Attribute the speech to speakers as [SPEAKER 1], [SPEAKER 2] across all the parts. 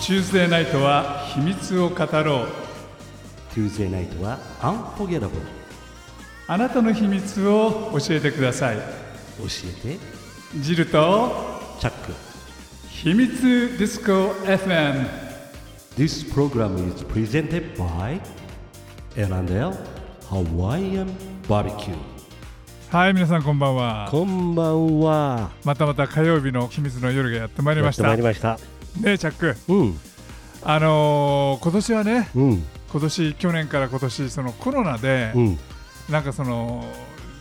[SPEAKER 1] チューズデーナイトは秘密を語ろう
[SPEAKER 2] Tuesday night は Unforgettable 教
[SPEAKER 1] あなたの秘密を教えてください
[SPEAKER 2] えて
[SPEAKER 1] ジルと
[SPEAKER 2] チャック
[SPEAKER 1] 秘密ディスコ FM
[SPEAKER 2] This program is presented by L&L Hawaiian Barbecue
[SPEAKER 1] はい皆さんこんばんは
[SPEAKER 2] こんばんは
[SPEAKER 1] またまた火曜日の秘密の夜がやってまいり
[SPEAKER 2] や
[SPEAKER 1] ま
[SPEAKER 2] っ
[SPEAKER 1] して
[SPEAKER 2] ま
[SPEAKER 1] た
[SPEAKER 2] いり
[SPEAKER 1] ね
[SPEAKER 2] ました
[SPEAKER 1] えチャック
[SPEAKER 2] うん
[SPEAKER 1] あのー今年はね
[SPEAKER 2] うん
[SPEAKER 1] 今年去年から今年そのコロナで、
[SPEAKER 2] うん
[SPEAKER 1] なんかその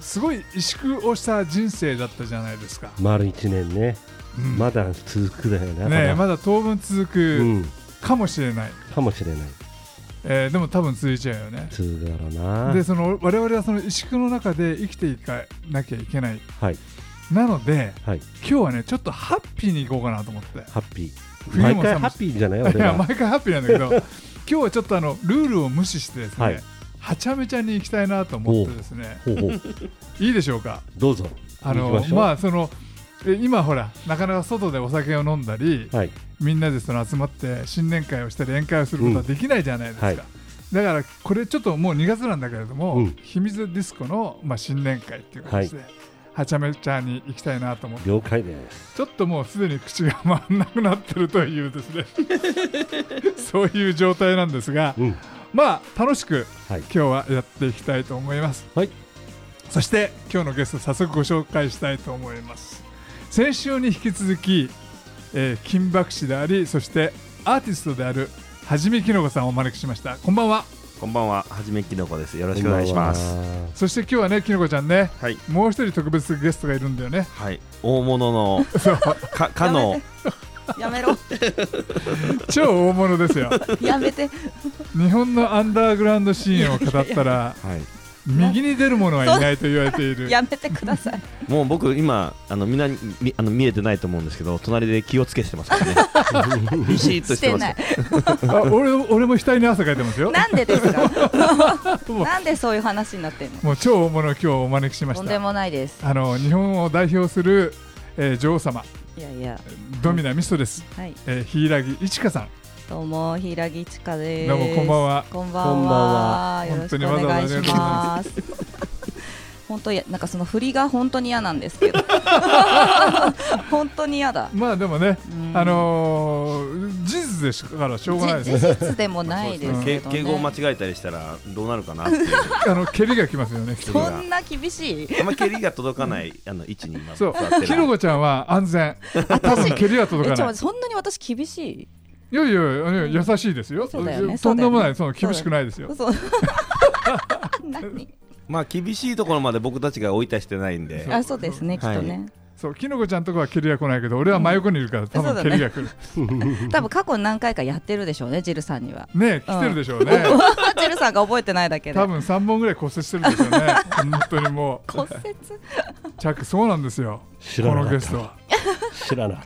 [SPEAKER 1] すごい萎縮をした人生だったじゃないですか、
[SPEAKER 2] 丸一年ね、
[SPEAKER 1] うん
[SPEAKER 2] まだ続くだよ
[SPEAKER 1] ね
[SPEAKER 2] ね
[SPEAKER 1] え
[SPEAKER 2] まだ
[SPEAKER 1] まだ当分続
[SPEAKER 2] う
[SPEAKER 1] く
[SPEAKER 2] ん
[SPEAKER 1] かもしれない、
[SPEAKER 2] かもしれない
[SPEAKER 1] えーでも多分続いちゃうよね
[SPEAKER 2] 続くだろうな
[SPEAKER 1] でその我々はその萎縮の中で生きていかなきゃいけない
[SPEAKER 2] はい
[SPEAKER 1] なので
[SPEAKER 2] はい
[SPEAKER 1] 今日はねちょっとハッピーにいこうかなと思って
[SPEAKER 2] ハッピー
[SPEAKER 1] 冬も
[SPEAKER 2] 毎回
[SPEAKER 1] 寒い
[SPEAKER 2] ハッピーじゃない
[SPEAKER 1] い
[SPEAKER 2] 俺
[SPEAKER 1] や
[SPEAKER 2] は
[SPEAKER 1] 毎回ハッピーなんだけ ど今日はちょっとあのルールを無視してですね、
[SPEAKER 2] は
[SPEAKER 1] はいちゃめちゃに行きたいなと思ってですね
[SPEAKER 2] ほうほう
[SPEAKER 1] いいでしょうか
[SPEAKER 2] どうぞ
[SPEAKER 1] あ
[SPEAKER 2] 行
[SPEAKER 1] の
[SPEAKER 2] きましょう
[SPEAKER 1] まあそのえ今ほらなかなか外でお酒を飲んだり、
[SPEAKER 2] はい
[SPEAKER 1] みんなでその集まって新年会をしたり宴会をすることはできないじゃないですか、
[SPEAKER 2] うんはい
[SPEAKER 1] だからこれちょっともう2月なんだけれども、
[SPEAKER 2] うん
[SPEAKER 1] 秘密ディスコの、まあ、新年会っていう形で、はちゃめちゃに行きたいなと思って
[SPEAKER 2] 了解です
[SPEAKER 1] ちょっともうすでに口が回らなくなってるというです ねそういう状態なんですが、
[SPEAKER 2] うん
[SPEAKER 1] まあ楽しく
[SPEAKER 2] はい
[SPEAKER 1] 今日はやっていきたいと思います
[SPEAKER 2] はい
[SPEAKER 1] そして今日のゲスト早速ご紹介したいと思います先週に引き続き、えー金箔師でありそしてアーティストであるはじめきのこさんをお招きしましたこんばんは
[SPEAKER 3] こんばんは、はじめきのこです。よろしくお願いします。
[SPEAKER 1] そして今日はねきのこちゃんね
[SPEAKER 3] はい、
[SPEAKER 1] もう一人特別ゲストがいるんだよね
[SPEAKER 3] はい、大物の、か、かの、
[SPEAKER 4] やめろ、
[SPEAKER 1] 超大物です よ
[SPEAKER 4] やめて、
[SPEAKER 1] 日本のアンダーグラウンドシーンを語ったら
[SPEAKER 3] はい、
[SPEAKER 1] 右に出る者はいないと言われている
[SPEAKER 4] やめてください。
[SPEAKER 3] もう僕今、あの、みんなに、みあの、見えてないと思うんですけど、隣で気をつけしてますからね。ビシッと
[SPEAKER 4] し
[SPEAKER 3] して
[SPEAKER 4] て
[SPEAKER 3] ます
[SPEAKER 4] ない。。
[SPEAKER 1] あ俺も俺も額に汗かいてますよ
[SPEAKER 4] なんでですか。
[SPEAKER 1] も う
[SPEAKER 4] なんでそういう話になってんの。
[SPEAKER 1] もう超大物を今日お招きしま
[SPEAKER 4] と
[SPEAKER 1] し
[SPEAKER 4] んで
[SPEAKER 1] た
[SPEAKER 4] もないです。
[SPEAKER 1] あの日本を代表する、えー女王様
[SPEAKER 4] いやいや、
[SPEAKER 1] ドミナミストです、
[SPEAKER 4] はい、
[SPEAKER 1] えー、柊いちかさん、
[SPEAKER 4] どうも、ひらぎちかです。
[SPEAKER 1] どうもこんばんは
[SPEAKER 4] こんばん
[SPEAKER 2] こんば
[SPEAKER 4] は。
[SPEAKER 1] んは
[SPEAKER 4] よろしくお願いします。本当や、なんかその振りが本当に嫌なんで すけど。本当に嫌だ。
[SPEAKER 1] まあでもね、
[SPEAKER 4] うん
[SPEAKER 1] あのー事実ですからしょうがない
[SPEAKER 4] じ
[SPEAKER 1] です、
[SPEAKER 4] 事実でもないで
[SPEAKER 3] そう
[SPEAKER 4] す
[SPEAKER 3] で
[SPEAKER 4] け
[SPEAKER 3] す
[SPEAKER 4] ど
[SPEAKER 3] ねけ敬語を間
[SPEAKER 4] ね。
[SPEAKER 3] 違えたりしたら、どうなるかなっていう。
[SPEAKER 1] あの蹴りがきますよね。
[SPEAKER 4] そんな厳しい。
[SPEAKER 3] あんま蹴りが届かない、あの、位置に今、
[SPEAKER 1] そ
[SPEAKER 3] 座
[SPEAKER 1] う
[SPEAKER 3] って、る。
[SPEAKER 1] ひろこちゃんは安全。多分蹴りは届か
[SPEAKER 4] え、ちょっと待
[SPEAKER 1] な
[SPEAKER 4] っ
[SPEAKER 1] い
[SPEAKER 4] て。そんなに私厳しい。
[SPEAKER 1] いやいやいや優しいですよ。
[SPEAKER 4] そうだよね
[SPEAKER 1] とんでもない、そ
[SPEAKER 4] そ
[SPEAKER 1] の
[SPEAKER 4] うだよね
[SPEAKER 1] 厳しくないですよ。
[SPEAKER 4] そう。何。
[SPEAKER 3] まあ、厳しいところまで僕たちが追い出してないんで。
[SPEAKER 4] あ、そうですね、きっとね。
[SPEAKER 1] そうきのこちゃんとこは蹴りが来ないけど、俺は真横にいるから多
[SPEAKER 4] そう
[SPEAKER 1] 分
[SPEAKER 4] だ
[SPEAKER 1] 蹴
[SPEAKER 4] ね
[SPEAKER 1] りが来る。
[SPEAKER 4] 多分過去何回かやってるでしょうね、ジルさんには。
[SPEAKER 1] ね来てるでしょうね。
[SPEAKER 4] ジルさんが覚えてないだけで
[SPEAKER 1] 多。分三本ぐらい骨折してるんですよね。本当にも う
[SPEAKER 4] 骨折。
[SPEAKER 1] チャックそうなんですよ。
[SPEAKER 2] 知
[SPEAKER 1] こ
[SPEAKER 2] らな
[SPEAKER 1] の
[SPEAKER 2] かっ
[SPEAKER 1] ゲストは
[SPEAKER 2] た。知らなかっ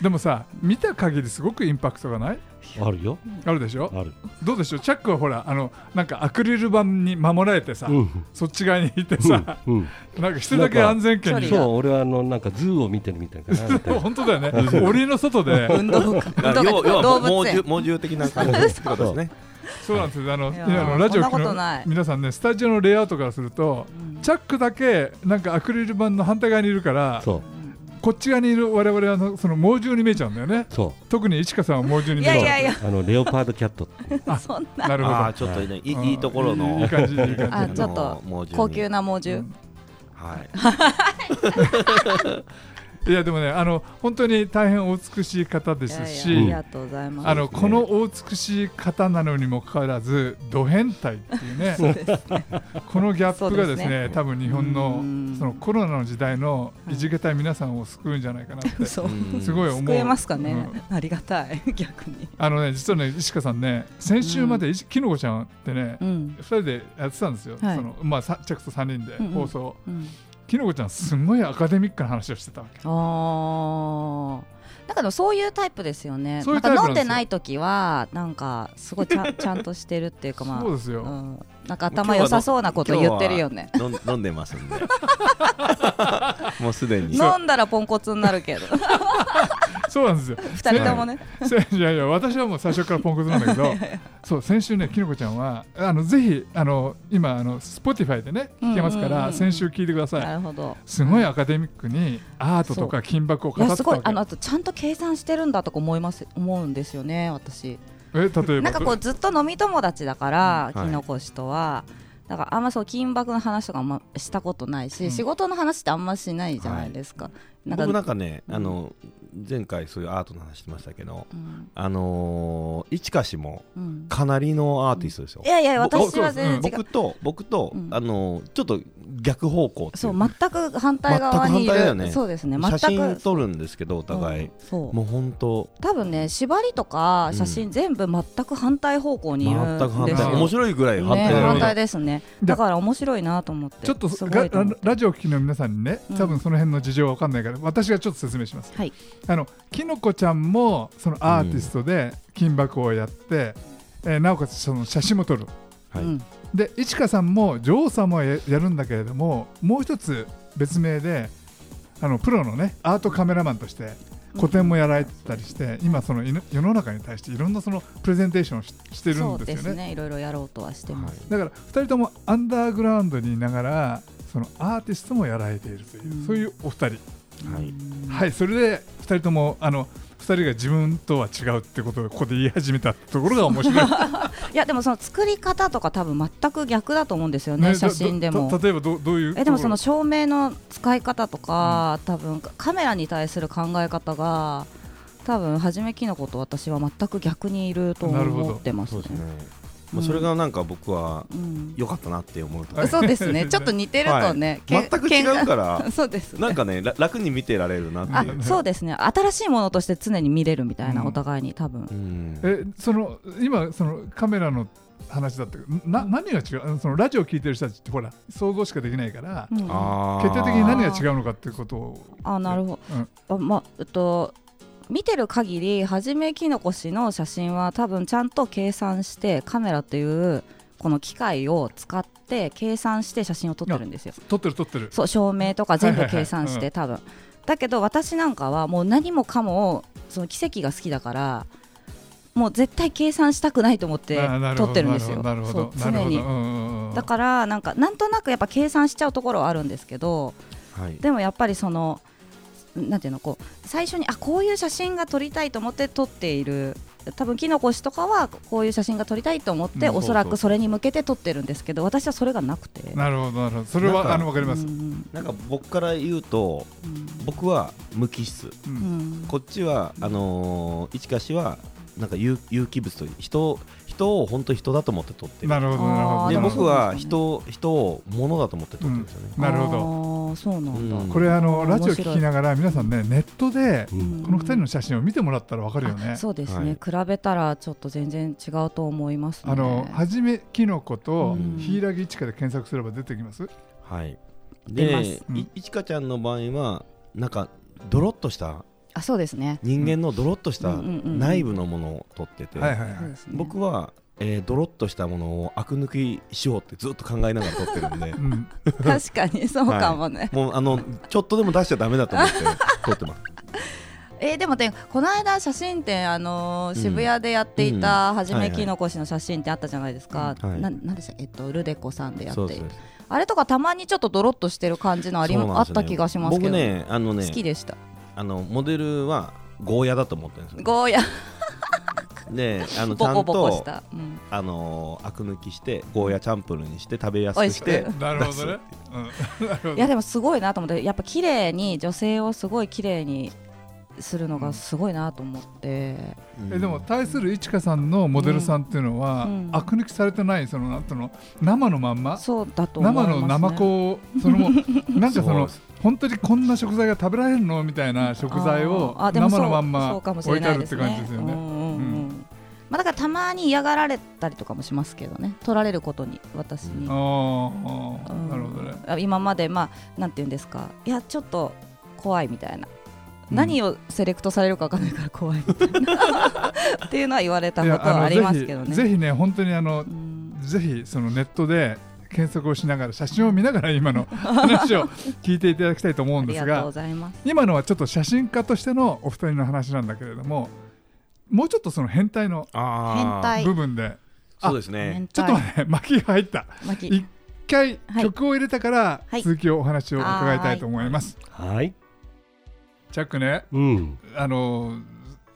[SPEAKER 1] でもさ見た限りすごくインパクトがない
[SPEAKER 2] たあるよ
[SPEAKER 1] あるでしょ
[SPEAKER 2] ある
[SPEAKER 1] どうでしょうチャックはほらあのなんかアクリル板に守られてさ、
[SPEAKER 2] うん
[SPEAKER 1] そっち側にいてさ、
[SPEAKER 2] うん
[SPEAKER 1] なんか一人だけ安全圏にい
[SPEAKER 2] そ
[SPEAKER 1] る
[SPEAKER 2] う俺はあのなんかズーを見てるみたいかなみたいな
[SPEAKER 1] 本当だよね檻の外で
[SPEAKER 4] 運動会。
[SPEAKER 3] あ要は
[SPEAKER 4] 運動会。
[SPEAKER 3] 要
[SPEAKER 4] 動
[SPEAKER 3] は猛
[SPEAKER 4] 物
[SPEAKER 3] 獣
[SPEAKER 4] 園。
[SPEAKER 3] 猛獣的な感じってことですね。
[SPEAKER 1] そうなんですよあの
[SPEAKER 4] いや
[SPEAKER 1] 今のラジオ
[SPEAKER 4] そんなこと
[SPEAKER 1] の
[SPEAKER 4] ない
[SPEAKER 1] 皆さんねスタジオのレイアウトからすると、チャックだけなんかアクリル板の反対側にいるから
[SPEAKER 2] そう
[SPEAKER 1] こっち側にいる我々はのその猛獣に見えちゃうんだよね
[SPEAKER 2] そう
[SPEAKER 1] 特にいちかさんは猛獣に見
[SPEAKER 4] い
[SPEAKER 1] えち
[SPEAKER 4] や
[SPEAKER 1] ゃう
[SPEAKER 4] いやいや。
[SPEAKER 2] あのレオパードキャットっていう
[SPEAKER 4] そんな。
[SPEAKER 1] なるほど
[SPEAKER 3] ああ、ちょっとね、いいいいとこ
[SPEAKER 1] う
[SPEAKER 3] ろ
[SPEAKER 1] んい
[SPEAKER 3] の
[SPEAKER 1] い。感じいい感じ
[SPEAKER 4] あ、ちょっ
[SPEAKER 3] あの
[SPEAKER 4] と
[SPEAKER 3] 猛獣に
[SPEAKER 4] 高級な猛獣。
[SPEAKER 3] はい。
[SPEAKER 1] いやでもねあの本当に大変お美しい方で
[SPEAKER 4] いや
[SPEAKER 1] す
[SPEAKER 4] い
[SPEAKER 1] し
[SPEAKER 4] やありがとうございます。
[SPEAKER 1] あのこのお美しい方なのにもかかわらずド変態っていうね
[SPEAKER 4] そうです
[SPEAKER 1] このギャップがです
[SPEAKER 4] そう
[SPEAKER 1] ね多分日本の
[SPEAKER 4] うん
[SPEAKER 1] そのコロナの時代のいじけたい皆さんを救うんじゃないかなってす
[SPEAKER 4] そう。
[SPEAKER 3] うん
[SPEAKER 1] ごい思う
[SPEAKER 4] 救えますかね
[SPEAKER 1] うん。
[SPEAKER 4] ありがたい。 逆に。
[SPEAKER 1] あのね実はね石川さんね先週までいじきのこちゃんってね
[SPEAKER 4] うん。
[SPEAKER 1] 2人でやってたんですよ、
[SPEAKER 4] はい
[SPEAKER 1] そのまあ、さチャックと3人で
[SPEAKER 4] うんうん
[SPEAKER 1] 放送、
[SPEAKER 4] うん。
[SPEAKER 1] きのこちゃんすごいアカデミックな話をしてたわけ
[SPEAKER 4] ああ。なんかでもそういうタイプですよね。
[SPEAKER 1] そうい
[SPEAKER 4] な
[SPEAKER 1] うんタイ
[SPEAKER 4] か
[SPEAKER 1] プなん
[SPEAKER 4] 飲
[SPEAKER 1] です
[SPEAKER 4] ん
[SPEAKER 1] よ
[SPEAKER 4] でない時はなんかすごいちゃんちゃんとしてるっていうかまあ
[SPEAKER 1] そうですよ、
[SPEAKER 4] うんなんか頭良さそうなこと言ってるよね。
[SPEAKER 3] 飲ん 飲んでますんでもうすでに
[SPEAKER 4] 飲んだらポンコツになるけど。
[SPEAKER 1] そうなんですよ
[SPEAKER 4] 二人ともね。
[SPEAKER 1] せいやいや私はもう最初からポンコツなんだけどそう先週ねきのこちゃんはあのぜひあの今あの Spotify でね聞けますから、
[SPEAKER 4] うんうんうんうん
[SPEAKER 1] 先週聞いてくださ
[SPEAKER 4] ないるほど。
[SPEAKER 1] すごいアカデミックにアートとか金箔を
[SPEAKER 4] い
[SPEAKER 1] 語っ
[SPEAKER 4] や
[SPEAKER 1] て
[SPEAKER 4] す
[SPEAKER 1] た
[SPEAKER 4] ごい
[SPEAKER 1] わけ
[SPEAKER 4] あのあとちゃんと計算してるんだとか思います思うんですよね私。
[SPEAKER 1] え例えば
[SPEAKER 4] なんかこうずっと飲み友達だから、
[SPEAKER 3] うんはい
[SPEAKER 4] きのこ氏とは。だからあんまそう金箔の話とかあんましたことないし、
[SPEAKER 1] うん
[SPEAKER 4] 仕事の話ってあんましないじゃないですか。なんか
[SPEAKER 3] 僕なんかね、
[SPEAKER 4] うん
[SPEAKER 3] あの前回そういうアートの話してましたけど、
[SPEAKER 4] うん
[SPEAKER 3] あのー、いちかしも
[SPEAKER 4] うん
[SPEAKER 3] かなりのアーティストですよ
[SPEAKER 4] い。やいや
[SPEAKER 3] 僕
[SPEAKER 4] 私は全然違う
[SPEAKER 3] 僕。と僕と、
[SPEAKER 4] うん
[SPEAKER 3] あのーちょっと逆方向ってい
[SPEAKER 4] そうう全く反対側にい
[SPEAKER 3] 全く反対だ
[SPEAKER 4] る、
[SPEAKER 3] よね
[SPEAKER 4] そうですね全く
[SPEAKER 3] 写真撮るんですけどお互い、
[SPEAKER 4] うんそう
[SPEAKER 3] もう本当
[SPEAKER 4] 多分ね縛りとか
[SPEAKER 3] うん
[SPEAKER 4] 写真全部全く反対方向にい
[SPEAKER 3] 全
[SPEAKER 4] る
[SPEAKER 3] く
[SPEAKER 4] ん
[SPEAKER 3] 反
[SPEAKER 4] です
[SPEAKER 3] 対
[SPEAKER 4] よ、
[SPEAKER 3] 面白いぐらい反対
[SPEAKER 4] ね、
[SPEAKER 3] だよ
[SPEAKER 4] 反
[SPEAKER 3] ね
[SPEAKER 4] 対ですね
[SPEAKER 1] で
[SPEAKER 4] だから面白いなと思って
[SPEAKER 1] ちょっと
[SPEAKER 4] すご
[SPEAKER 1] が
[SPEAKER 4] いと
[SPEAKER 1] あ
[SPEAKER 4] 思っ
[SPEAKER 1] の
[SPEAKER 4] て
[SPEAKER 1] ラジオを聴きの皆さんにね
[SPEAKER 4] うん
[SPEAKER 1] 多分その辺の事情は分かんないから、私がちょっと説明します
[SPEAKER 4] はい
[SPEAKER 1] あのきのこちゃんもそのアーティストで金箔をやって、えーなおかつその写真も撮る
[SPEAKER 3] はい
[SPEAKER 4] うん
[SPEAKER 1] でいちかさんも女王様もややるんだけれどももう一つ別名であのプロのねアートカメラマンとして個展もやられてたりして今そのいの世の中に対していろんなそのプレゼンテーションをししてる
[SPEAKER 4] そ
[SPEAKER 1] ん
[SPEAKER 4] う
[SPEAKER 1] です
[SPEAKER 4] で
[SPEAKER 1] よ
[SPEAKER 4] す
[SPEAKER 1] ね
[SPEAKER 4] ねいろいろやろうとはしてます、
[SPEAKER 3] はい
[SPEAKER 1] だから2人ともアンダーグラウンドにいながらそのアーティストもやられているという、
[SPEAKER 4] うん
[SPEAKER 1] そういうお二人、
[SPEAKER 3] はい
[SPEAKER 4] うん
[SPEAKER 1] はいそれで2人ともあの2人が自分とは違うってことをここで言い始めたところが面白い
[SPEAKER 4] いやでもその作り方とか多分全く逆だと思うんですよね
[SPEAKER 1] ね
[SPEAKER 4] 写真でも
[SPEAKER 1] たた例えばどどういう
[SPEAKER 4] えでもその
[SPEAKER 1] とこ
[SPEAKER 4] 照明の使い方とか、多分カメラに対する考え方が多分はじめきのこと私は全く逆にいると
[SPEAKER 1] なるほど
[SPEAKER 4] 思ってます
[SPEAKER 3] そうですね、
[SPEAKER 4] ね。
[SPEAKER 3] まあ、それがなんか僕は
[SPEAKER 4] うん
[SPEAKER 3] 良かったなって思うと、
[SPEAKER 1] はい
[SPEAKER 4] そうで すね。ちょっと似てるとね、け
[SPEAKER 3] 全く違うか
[SPEAKER 4] 喧嘩
[SPEAKER 3] ら
[SPEAKER 4] そうですね。
[SPEAKER 3] なんかねら楽に見てられるな
[SPEAKER 4] あ
[SPEAKER 3] っていう、
[SPEAKER 4] そうですね。新しいものとして常に見れるみたいな、
[SPEAKER 1] うん
[SPEAKER 4] お互いに多分
[SPEAKER 3] う。ん
[SPEAKER 1] えその今そのカメラの話だったけどな何が違うあのそのラジオ聞いてる人たちってほら想像しかできないから、
[SPEAKER 4] うん
[SPEAKER 3] あー
[SPEAKER 1] 決定的に何が違うのかっていうことを
[SPEAKER 4] あなるほど、あまあえっと見てる限りはじめきのこ氏の写真は多分ちゃんと計算してカメラというこの機械を使って計算して写真を撮ってるんですよ
[SPEAKER 1] 撮ってる撮ってる
[SPEAKER 4] そう照明とか全
[SPEAKER 1] は
[SPEAKER 4] 部
[SPEAKER 1] いはいはい
[SPEAKER 4] 計算して、
[SPEAKER 1] うん
[SPEAKER 4] 多分だけど私なんかはもう何もかもその奇跡が好きだからもう絶対計算したくないと思って
[SPEAKER 1] あーなる
[SPEAKER 4] 撮
[SPEAKER 1] ほど
[SPEAKER 4] ってるんですよ
[SPEAKER 1] なるほど
[SPEAKER 4] そう
[SPEAKER 1] なるほ
[SPEAKER 4] 常
[SPEAKER 1] ど
[SPEAKER 4] に
[SPEAKER 1] なるほどうんうんうん
[SPEAKER 4] だからなんかなんとなくやっぱ計算しちゃうところはあるんですけど
[SPEAKER 3] はい
[SPEAKER 4] でもやっぱりそのなんていうのこう最初にあこういう写真が撮りたいと思って撮っている多分キノコ氏とかはこういう写真が撮りたいと思って、
[SPEAKER 1] うん
[SPEAKER 4] おそらくそれに向けて撮ってるんですけど私はそれがなくて。
[SPEAKER 1] なるほどなるほどそれ
[SPEAKER 3] なん
[SPEAKER 1] は
[SPEAKER 3] か
[SPEAKER 1] あのわかります、
[SPEAKER 4] うん
[SPEAKER 3] なんか僕から言うと
[SPEAKER 4] うん
[SPEAKER 3] 僕は無機質
[SPEAKER 1] う
[SPEAKER 4] うんん
[SPEAKER 3] こっちはあのー、いちかしはなんか有有機物という人を人を本当人だと思って撮ってる
[SPEAKER 1] なるほどなるほど
[SPEAKER 4] あー
[SPEAKER 3] で
[SPEAKER 4] でも
[SPEAKER 3] 僕は
[SPEAKER 4] そうですね
[SPEAKER 3] 人を人を物だと思って撮ってるんですよね、
[SPEAKER 1] なるほど
[SPEAKER 4] ど。そうなんだ。
[SPEAKER 3] うん
[SPEAKER 1] これあの
[SPEAKER 4] うん
[SPEAKER 1] ラジオ聞きながら皆さんねネットで
[SPEAKER 2] うん
[SPEAKER 1] この二人の写真を見てもらったらわかるよね
[SPEAKER 4] あそうですね。比べたらちょっと全然違うと思いますね。
[SPEAKER 1] あのはじめきのこと
[SPEAKER 4] うん
[SPEAKER 1] 柊木一華で検索すれば出てきます
[SPEAKER 3] はい
[SPEAKER 4] 出ま
[SPEAKER 3] です
[SPEAKER 1] うん
[SPEAKER 3] いいちかちゃんの場合はなんかドロッとした
[SPEAKER 4] あそうですね。
[SPEAKER 3] 人間のドロッとした
[SPEAKER 4] うんうんうんうん
[SPEAKER 3] 内部のものを撮ってて、
[SPEAKER 1] はいはいは
[SPEAKER 4] そう
[SPEAKER 1] い
[SPEAKER 4] ですね。
[SPEAKER 3] 僕は、えー、ドロッとしたものをアク抜きしようってずっと考えながら撮って るんで
[SPEAKER 1] うん
[SPEAKER 4] 確かにそうかもね。
[SPEAKER 3] もうあのちょっとでも出しちゃダメだと思って撮ってます
[SPEAKER 4] えーでもねこの間写真展あのー渋谷でやっていたはじ
[SPEAKER 3] は
[SPEAKER 4] め
[SPEAKER 3] いはい
[SPEAKER 4] きのこ氏の写真展あったじゃないですか。
[SPEAKER 3] うんはい
[SPEAKER 4] ななんでしたえっとルデコさんでや
[SPEAKER 3] そ
[SPEAKER 4] っ
[SPEAKER 3] う
[SPEAKER 4] て
[SPEAKER 3] で
[SPEAKER 4] い
[SPEAKER 3] す
[SPEAKER 4] てあれとかたまにちょっとドロッとしてる感じのあり
[SPEAKER 3] そう
[SPEAKER 4] あ
[SPEAKER 3] なんですよね
[SPEAKER 4] った気がしますけど。
[SPEAKER 3] 僕ねあのね
[SPEAKER 4] 好きでした。
[SPEAKER 3] あのモデルはゴーヤだと思ってるんですよ
[SPEAKER 4] ゴーヤ
[SPEAKER 3] であのち
[SPEAKER 4] ボ
[SPEAKER 3] ゃ
[SPEAKER 4] コ
[SPEAKER 3] ん
[SPEAKER 4] ボコし
[SPEAKER 3] と
[SPEAKER 4] た。うん
[SPEAKER 3] あのーアク抜きしてゴーヤチャンプルーにして食べやすくして
[SPEAKER 4] 美味
[SPEAKER 1] なるほどねうんなるほ
[SPEAKER 4] いやでもすごいなと思ってやっぱ綺麗に女性をすごい綺麗にするのがすごいなと思って、
[SPEAKER 3] うん
[SPEAKER 1] えでも対するいちかさんのモデルさんっていうのは、
[SPEAKER 4] うん
[SPEAKER 1] アク抜きされてないそのなんていうの生のまんま、
[SPEAKER 4] そうだと思いま
[SPEAKER 1] 生
[SPEAKER 4] す、ね、
[SPEAKER 1] の生子をそ れもなんかその
[SPEAKER 3] そう
[SPEAKER 1] 本当にこんな食材が食べられるのみたいな食材を
[SPEAKER 4] あーあで
[SPEAKER 1] 生
[SPEAKER 4] もそう
[SPEAKER 1] のまんま
[SPEAKER 4] そうかもし
[SPEAKER 1] 置
[SPEAKER 4] れ
[SPEAKER 1] いてあ
[SPEAKER 4] ない
[SPEAKER 1] るって
[SPEAKER 4] です
[SPEAKER 1] 感じですよ
[SPEAKER 4] うん
[SPEAKER 1] ね。
[SPEAKER 4] うんうん
[SPEAKER 1] う
[SPEAKER 4] まあ、だからたまに嫌がられたりとかもしますけどね取られることに私に、
[SPEAKER 1] あ
[SPEAKER 4] うん
[SPEAKER 1] ーあーなるほどね。
[SPEAKER 4] 今までまあなんて言うんですかいやちょっと怖いみたいな、
[SPEAKER 1] うん
[SPEAKER 4] 何をセレクトされるか分かんないから怖いみたい なっていうのは言われた
[SPEAKER 1] い
[SPEAKER 4] こと
[SPEAKER 1] や
[SPEAKER 4] はあります
[SPEAKER 1] ぜ
[SPEAKER 4] けど
[SPEAKER 1] ひ
[SPEAKER 4] ね
[SPEAKER 1] ぜひね本当にあの
[SPEAKER 4] うん
[SPEAKER 1] ぜひそのネットで検索をしながら写真を見ながら今の話を聞いていただきたいと思う
[SPEAKER 4] あ
[SPEAKER 1] ん
[SPEAKER 4] り
[SPEAKER 1] です
[SPEAKER 4] がとうご
[SPEAKER 1] が
[SPEAKER 4] ざいます。
[SPEAKER 1] 今のはちょっと写真家としてのお二人の話なんだけれどももうちょっとその変態の
[SPEAKER 3] あ
[SPEAKER 5] 変
[SPEAKER 3] ー
[SPEAKER 5] 態
[SPEAKER 1] 部分で、
[SPEAKER 3] そうですね
[SPEAKER 5] 変態
[SPEAKER 1] ちょっと待って巻きが入った
[SPEAKER 4] 巻
[SPEAKER 1] 一回
[SPEAKER 4] はい
[SPEAKER 1] 曲を入れたから
[SPEAKER 5] はい
[SPEAKER 1] 続きをお話を伺いたいと思います、
[SPEAKER 2] はい。
[SPEAKER 1] チャックね
[SPEAKER 2] うん。
[SPEAKER 1] あの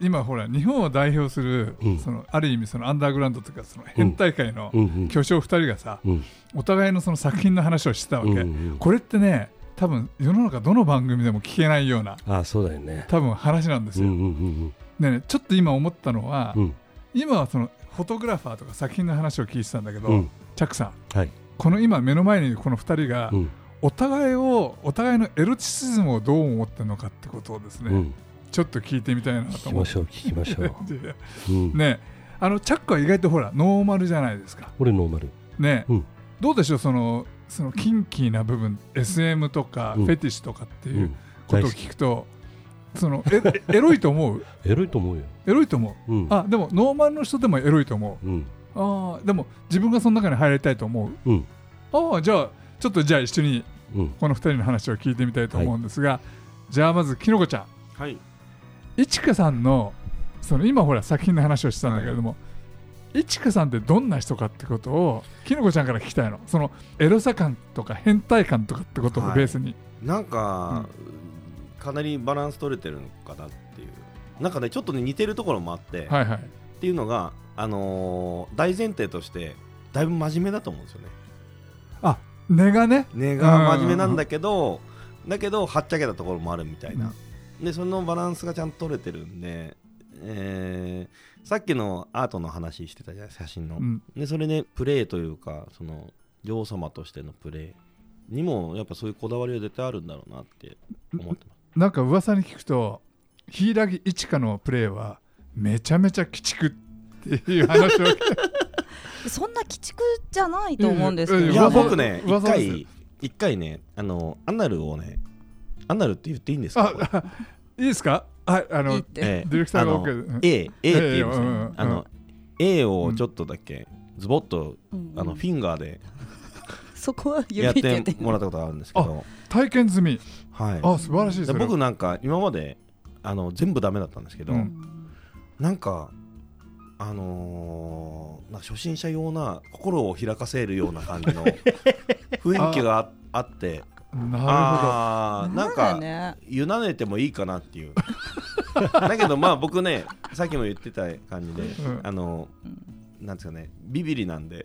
[SPEAKER 1] 今ほら日本を代表する、
[SPEAKER 2] うん
[SPEAKER 1] そのある意味そのアンダーグラウンドというかその変態界の
[SPEAKER 2] うんうん。
[SPEAKER 1] 巨匠2人がさ、
[SPEAKER 2] うん
[SPEAKER 1] お互いのその作品の話をしてたわけ、
[SPEAKER 2] うんうん
[SPEAKER 1] これってね多分世の中どの番組でも聞けないような
[SPEAKER 2] ああ、そうだよね。
[SPEAKER 1] 多分話なんです
[SPEAKER 2] うん
[SPEAKER 1] よ、
[SPEAKER 2] うんうん
[SPEAKER 1] でねちょっと今思ったのは、
[SPEAKER 2] うん。
[SPEAKER 1] 今はそのフォトグラファーとか作品の話を聞いてたんだけど、
[SPEAKER 2] うん。うん。
[SPEAKER 1] チャックさん
[SPEAKER 2] はい。
[SPEAKER 1] この今目の前にいるこの2人が、
[SPEAKER 2] うん。
[SPEAKER 1] お互いをお互いのエロチシズムをどう思ってるのかってことをですね、
[SPEAKER 2] うん。
[SPEAKER 1] ちょっと聞いてみたいな
[SPEAKER 2] 聞
[SPEAKER 1] と
[SPEAKER 2] き
[SPEAKER 1] 思っ
[SPEAKER 2] ま
[SPEAKER 1] て
[SPEAKER 2] しょう。聞きましょう。う ん。
[SPEAKER 1] ねあのチャックは意外とほらノーマルじゃないですか
[SPEAKER 2] 俺ノーマル。
[SPEAKER 1] ね、
[SPEAKER 2] うん
[SPEAKER 1] どうでしょうそのそのキンキーな部分 SM とか
[SPEAKER 2] う
[SPEAKER 1] フ
[SPEAKER 2] ん
[SPEAKER 1] ェティッシュとかって
[SPEAKER 2] う。
[SPEAKER 1] いうんこ
[SPEAKER 2] 大
[SPEAKER 1] とを
[SPEAKER 2] 好き。
[SPEAKER 1] 聞くと、そのええエロいと思う
[SPEAKER 2] エロいと思うよ。
[SPEAKER 1] エロいと思う
[SPEAKER 2] うん。
[SPEAKER 1] あでもノーマルの人でもエロいと思
[SPEAKER 2] うん。
[SPEAKER 1] うあーでも自分がその中に入りたいと思う
[SPEAKER 2] うん。
[SPEAKER 1] ああじゃあちょっとじゃあ一緒に
[SPEAKER 2] うん。
[SPEAKER 1] この2人の話を聞いてみたいと思うんですが、じゃあまずきのこちゃん
[SPEAKER 3] はい
[SPEAKER 1] いちかさんのその今ほら作品の話をしてたんだけれども、いちかさんってどんな人かってことをきのこちゃんから聞きたいのそのエロさ感とか変態感とかってことをベースに、
[SPEAKER 3] なんか、かなりバランス取れてるのかなっていうなんかねちょっとね似てるところもあって、
[SPEAKER 1] はい、はい
[SPEAKER 3] っていうのが、あのー大前提としてだいぶ真面目だと思うんですよね
[SPEAKER 1] 根がね
[SPEAKER 3] 根が真面目なんだけどだけどはっちゃけたところもあるみたいな、でそのバランスがちゃんと取れてるんで、えーさっきのアートの話してたじゃない写真の、
[SPEAKER 1] うん
[SPEAKER 3] でそれでプレーというかその女王様としてのプレーにもやっぱそういうこだわりは絶対あるんだろうなって思ってます
[SPEAKER 1] なんか噂に聞くと柊いちかのプレーはめちゃめちゃ鬼畜っていう話を聞いて
[SPEAKER 4] そんな鬼畜じゃないと思うんですけ
[SPEAKER 1] う
[SPEAKER 4] ど。
[SPEAKER 1] ん
[SPEAKER 3] いや
[SPEAKER 1] 噂
[SPEAKER 3] 僕ね一
[SPEAKER 1] 噂です
[SPEAKER 3] 回一回ねあのアナルをねアナルって言っていいんですか
[SPEAKER 1] ああいいですかはいあの
[SPEAKER 4] いいって
[SPEAKER 3] え え
[SPEAKER 1] ディレクターが
[SPEAKER 3] あの
[SPEAKER 1] OK うん
[SPEAKER 3] A, A って言うんで
[SPEAKER 1] え
[SPEAKER 3] すよ、
[SPEAKER 1] えうんうん
[SPEAKER 3] あの A をちょっとだけズボッと
[SPEAKER 4] うん
[SPEAKER 3] あのフィンガーで
[SPEAKER 4] そこは指
[SPEAKER 3] やっ
[SPEAKER 4] って言って
[SPEAKER 3] てもらったことがあるんですけど、
[SPEAKER 1] 体験済み
[SPEAKER 3] はい、
[SPEAKER 1] あ素晴らしい
[SPEAKER 3] で
[SPEAKER 1] それ
[SPEAKER 3] 僕なんか今まであの全部ダメだったんですけど、
[SPEAKER 1] うん
[SPEAKER 3] なんかあのーなんか初心者用な心を開かせるような感じの雰囲気がああって
[SPEAKER 1] な
[SPEAKER 3] あーなん
[SPEAKER 4] だ
[SPEAKER 3] か
[SPEAKER 4] よね
[SPEAKER 3] 委ねてもいいかなっていうだけどまあ僕ねさっきも言ってた感じで、
[SPEAKER 1] うん
[SPEAKER 3] あのなんですかねビビりなんで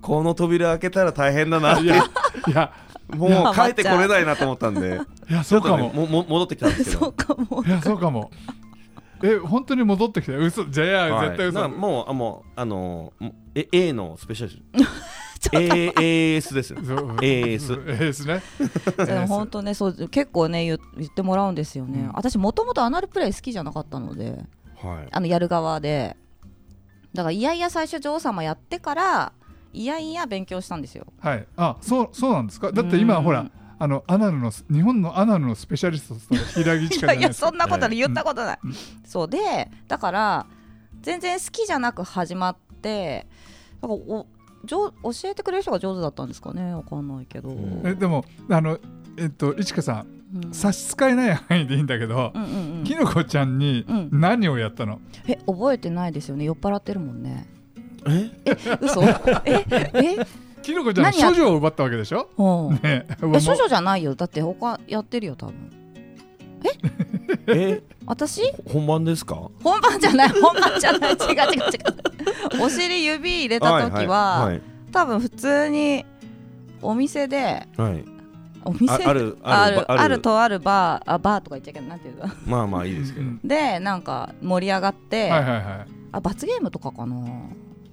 [SPEAKER 3] この扉開けたら大変だなって
[SPEAKER 1] るほどいや
[SPEAKER 3] もう帰ってこれないなと思ったんで
[SPEAKER 1] いや
[SPEAKER 3] ち
[SPEAKER 1] そ
[SPEAKER 3] ょ
[SPEAKER 1] う
[SPEAKER 3] っ
[SPEAKER 1] か
[SPEAKER 3] とね
[SPEAKER 1] も
[SPEAKER 3] もも戻ってきたんですけ
[SPEAKER 4] そう
[SPEAKER 3] ど。
[SPEAKER 4] か も
[SPEAKER 1] い。やそうかもえ本当に戻ってきた嘘じゃあ、
[SPEAKER 3] はい
[SPEAKER 1] 絶対嘘
[SPEAKER 3] だからもうあもうあのもうえ A のスペシャル A AS ですよ
[SPEAKER 1] そう
[SPEAKER 3] AS
[SPEAKER 1] エースね
[SPEAKER 4] でも本当ね、そう結構ね言言ってもらうんですよね。
[SPEAKER 1] うん
[SPEAKER 4] 私もともとアナルプレイ好きじゃなかったので、
[SPEAKER 3] はい
[SPEAKER 4] あのやる側で、だからいやいや最初女王様やってからいやいや勉強したんですよ。
[SPEAKER 1] はいあそうそうなんですかだって今
[SPEAKER 4] うん
[SPEAKER 1] ほらあのアナルの日本のアナルのスペシャリストと平木
[SPEAKER 4] い
[SPEAKER 1] 近
[SPEAKER 4] や
[SPEAKER 1] い
[SPEAKER 4] い
[SPEAKER 1] ない
[SPEAKER 4] や
[SPEAKER 1] ですか
[SPEAKER 4] そんなことで言ったことない。そうでだから全然好きじゃなく始まって、なんかお上教えてくれる人が上手だったんですかね、わかんないけど。
[SPEAKER 3] うん
[SPEAKER 1] えでもあのえっといちかさん
[SPEAKER 4] うん
[SPEAKER 1] 差し支えない範囲でいいんだけど、
[SPEAKER 4] うんうんうん
[SPEAKER 1] きのこちゃんに
[SPEAKER 4] うん
[SPEAKER 1] 何をやったの、
[SPEAKER 4] え覚えてないですよね酔っ払ってるもんね
[SPEAKER 3] え
[SPEAKER 4] 嘘ええ
[SPEAKER 1] きのこちゃんの
[SPEAKER 4] 何やっ
[SPEAKER 1] 処女を奪ったわけでしょ
[SPEAKER 4] うん
[SPEAKER 1] ね
[SPEAKER 4] え少
[SPEAKER 1] も
[SPEAKER 4] 女じゃないよだって他やってるよ多分
[SPEAKER 3] え
[SPEAKER 4] 私
[SPEAKER 3] 本番ですか
[SPEAKER 4] 本番じゃない本番じゃない違う違う違うお尻指入れた時は、
[SPEAKER 3] はい
[SPEAKER 4] 多分普通にお店で
[SPEAKER 3] はいはい
[SPEAKER 4] お店
[SPEAKER 3] あある
[SPEAKER 4] あるあ
[SPEAKER 3] あ
[SPEAKER 4] る
[SPEAKER 3] る
[SPEAKER 4] とあるバーあバーとか言っちゃいけないなんていうの
[SPEAKER 3] まあまあいいですけど
[SPEAKER 1] うん
[SPEAKER 4] でなんか盛り上がって、
[SPEAKER 1] はいはいはい
[SPEAKER 4] あ罰ゲームとかかな、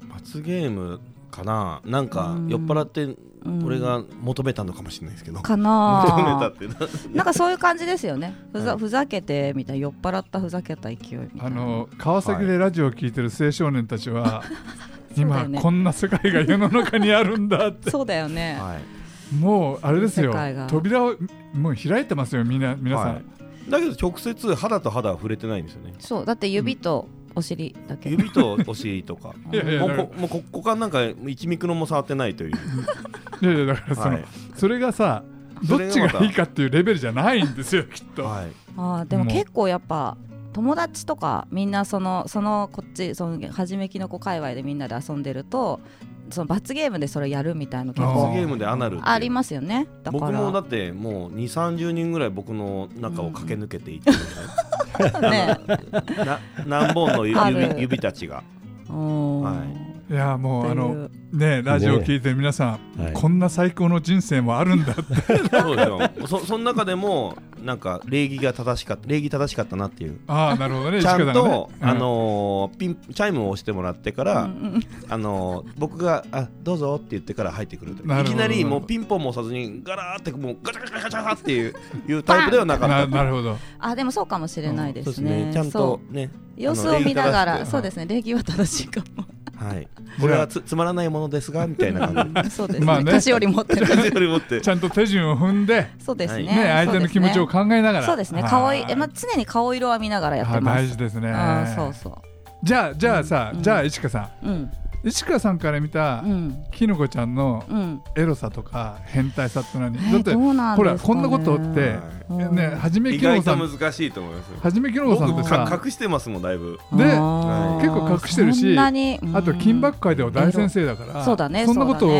[SPEAKER 3] 罰ゲームかななんか
[SPEAKER 4] うん
[SPEAKER 3] 酔っ払って
[SPEAKER 4] うん
[SPEAKER 3] 俺が求めたのかもしれないですけど、求
[SPEAKER 4] か
[SPEAKER 3] めた
[SPEAKER 4] な
[SPEAKER 3] ってな
[SPEAKER 4] なんかそういう感じですよねふざ,、
[SPEAKER 3] はい
[SPEAKER 4] ふざけてみたいな酔っ払ったふざけた勢いみたいな
[SPEAKER 1] あの川崎でラジオを聞いてる青少年たちは、
[SPEAKER 4] そうだ
[SPEAKER 1] 今
[SPEAKER 4] よね
[SPEAKER 1] こんな世界が世の中にあるんだ って
[SPEAKER 4] そうだよね、
[SPEAKER 3] はい
[SPEAKER 1] もうあれですよ
[SPEAKER 4] 世界が
[SPEAKER 1] 扉をもう開いてますよみんな皆さん、
[SPEAKER 3] はい、だけど直接肌と肌は触れてないんですよね
[SPEAKER 4] そうだって指とお尻だけ、
[SPEAKER 3] 指とお尻とか
[SPEAKER 1] いやいや
[SPEAKER 3] も
[SPEAKER 1] だ
[SPEAKER 3] う
[SPEAKER 1] から
[SPEAKER 3] こもうこ股間なんか一ミクロも触ってないという
[SPEAKER 1] いやいやだ からその、
[SPEAKER 3] はい
[SPEAKER 1] それがさど
[SPEAKER 3] そ
[SPEAKER 1] っ
[SPEAKER 3] れがま
[SPEAKER 1] ち
[SPEAKER 3] た
[SPEAKER 1] がいいかっていうレベルじゃないん ですよきっと、
[SPEAKER 3] はい
[SPEAKER 4] あーでも
[SPEAKER 1] もう
[SPEAKER 4] 結構やっぱ友達とかみんなそのそのこっちそのはじめきの子界隈でみんなで遊んでるとその罰ゲームでそれやるみたいな結
[SPEAKER 1] あ
[SPEAKER 3] 罰
[SPEAKER 4] 構
[SPEAKER 3] ゲームでアナルっていう
[SPEAKER 4] ありますよねだか
[SPEAKER 3] 僕
[SPEAKER 4] ら
[SPEAKER 3] もだってもう2 3 0人ぐらい僕の中を駆け抜けていってる、
[SPEAKER 4] ね
[SPEAKER 3] な何本の指
[SPEAKER 4] ある
[SPEAKER 3] 指たちが
[SPEAKER 4] うん
[SPEAKER 3] はい
[SPEAKER 1] いやもうあ
[SPEAKER 4] ってい
[SPEAKER 1] の
[SPEAKER 4] う
[SPEAKER 1] ねラジオ聞いてる皆さん、
[SPEAKER 2] はい
[SPEAKER 1] こんな最高の人生もあるんだって
[SPEAKER 3] そうですよそその中でもなんか礼儀が正しかった礼儀正しかったなっていう
[SPEAKER 1] ああなるほどね
[SPEAKER 3] ちゃん
[SPEAKER 1] 石川さね
[SPEAKER 3] と、あのーピンチャイムを押してもらってから、
[SPEAKER 4] うんうん
[SPEAKER 3] あのー僕があどうぞって言ってから入ってくるという
[SPEAKER 1] なる
[SPEAKER 3] い
[SPEAKER 1] ほど
[SPEAKER 3] きなりもうピンポンも押さずにガラーってもうガチャガチャガチャガチャっていういうタイプではな
[SPEAKER 1] う
[SPEAKER 3] か
[SPEAKER 1] ん
[SPEAKER 3] った
[SPEAKER 1] ななるほど
[SPEAKER 4] あでもそうかもしれないですね,、
[SPEAKER 3] ちゃんとね
[SPEAKER 4] そう様子を見なが
[SPEAKER 3] あの礼儀
[SPEAKER 4] ら
[SPEAKER 3] 正しく
[SPEAKER 4] そうですね礼儀は正しいかも
[SPEAKER 3] はいこれはつつまらないものですがみたいな感
[SPEAKER 4] そうですね,、
[SPEAKER 1] まあね
[SPEAKER 4] 年寄り持って
[SPEAKER 3] じ
[SPEAKER 4] る
[SPEAKER 3] 感じよりもっ て
[SPEAKER 1] ちゃんと手順を踏んで、
[SPEAKER 4] そうですね,、
[SPEAKER 1] ね相手の気持ちを考えながら
[SPEAKER 4] そうですね
[SPEAKER 1] はい
[SPEAKER 4] 顔いえ、まあ、常に顔色は見ながらやってま
[SPEAKER 1] あ
[SPEAKER 4] す
[SPEAKER 1] 大事ですね
[SPEAKER 4] あーそうそ
[SPEAKER 1] じゃあじゃあさ、
[SPEAKER 4] うん
[SPEAKER 1] じゃあ石川さ
[SPEAKER 4] ううん
[SPEAKER 1] ん石川さんから見た、
[SPEAKER 4] うん
[SPEAKER 1] きのこちゃんの
[SPEAKER 4] うん
[SPEAKER 1] エロさとか変態さって何、
[SPEAKER 4] え
[SPEAKER 1] だ
[SPEAKER 4] ー
[SPEAKER 1] って
[SPEAKER 4] どうなん
[SPEAKER 1] ほ
[SPEAKER 4] ですからね
[SPEAKER 1] こんなことって、
[SPEAKER 4] うん
[SPEAKER 1] ねはじめ
[SPEAKER 3] 意
[SPEAKER 1] きの
[SPEAKER 3] 外
[SPEAKER 1] こさ
[SPEAKER 3] と
[SPEAKER 1] ん
[SPEAKER 3] 難しいと思いますよ
[SPEAKER 1] はじめきのこさんって
[SPEAKER 4] あー
[SPEAKER 1] さ
[SPEAKER 3] か隠してますもんだいぶ
[SPEAKER 1] で
[SPEAKER 4] あー
[SPEAKER 1] 結構隠してるし
[SPEAKER 4] そんなにうん
[SPEAKER 1] あと金箔界では大先生だか
[SPEAKER 4] う
[SPEAKER 1] ら
[SPEAKER 4] んそうだね
[SPEAKER 1] そんなことを
[SPEAKER 4] そ
[SPEAKER 1] そ,、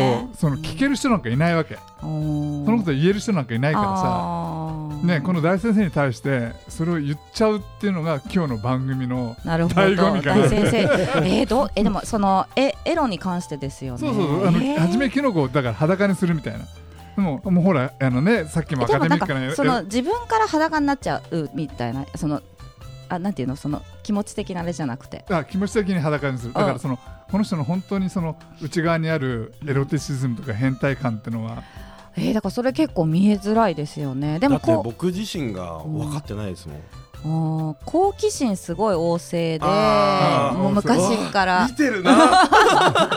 [SPEAKER 4] うだね
[SPEAKER 1] の聞ける人なんかいないわけ、
[SPEAKER 4] その
[SPEAKER 1] そのこと言える人なんかいな
[SPEAKER 4] ない
[SPEAKER 1] からさね、この大先生に対してそれを言っちゃうっていうのが今日の番組の
[SPEAKER 4] なるほ
[SPEAKER 1] 醍醐
[SPEAKER 4] ど
[SPEAKER 1] 味かな
[SPEAKER 4] 大先生えー、どうえでもそのえエロに関してですよね
[SPEAKER 1] そうそうそうあの、
[SPEAKER 4] えー
[SPEAKER 1] 初めきのこをだから裸にするみたいなでももうほらあのねさっきも
[SPEAKER 4] え
[SPEAKER 1] ア
[SPEAKER 4] で
[SPEAKER 1] カ
[SPEAKER 4] も
[SPEAKER 1] デ
[SPEAKER 4] な
[SPEAKER 1] ミ
[SPEAKER 4] ん
[SPEAKER 1] ックな
[SPEAKER 4] かその自分から裸になっちゃうみたいなそのあなんていうのその気持ち的なあれじゃなくて
[SPEAKER 1] あ気持ち的に裸にするだからそのこの人の本当にその内側にあるエロティシズムとか変態感ってのは
[SPEAKER 4] えー、だからそれ結構見えづらいですよねで
[SPEAKER 3] だ
[SPEAKER 4] も
[SPEAKER 3] って
[SPEAKER 4] こう
[SPEAKER 3] 僕自身が分かってないですもん
[SPEAKER 4] あー好奇心すごい旺盛で
[SPEAKER 3] あ
[SPEAKER 1] ー
[SPEAKER 4] もう昔から
[SPEAKER 3] 見てるな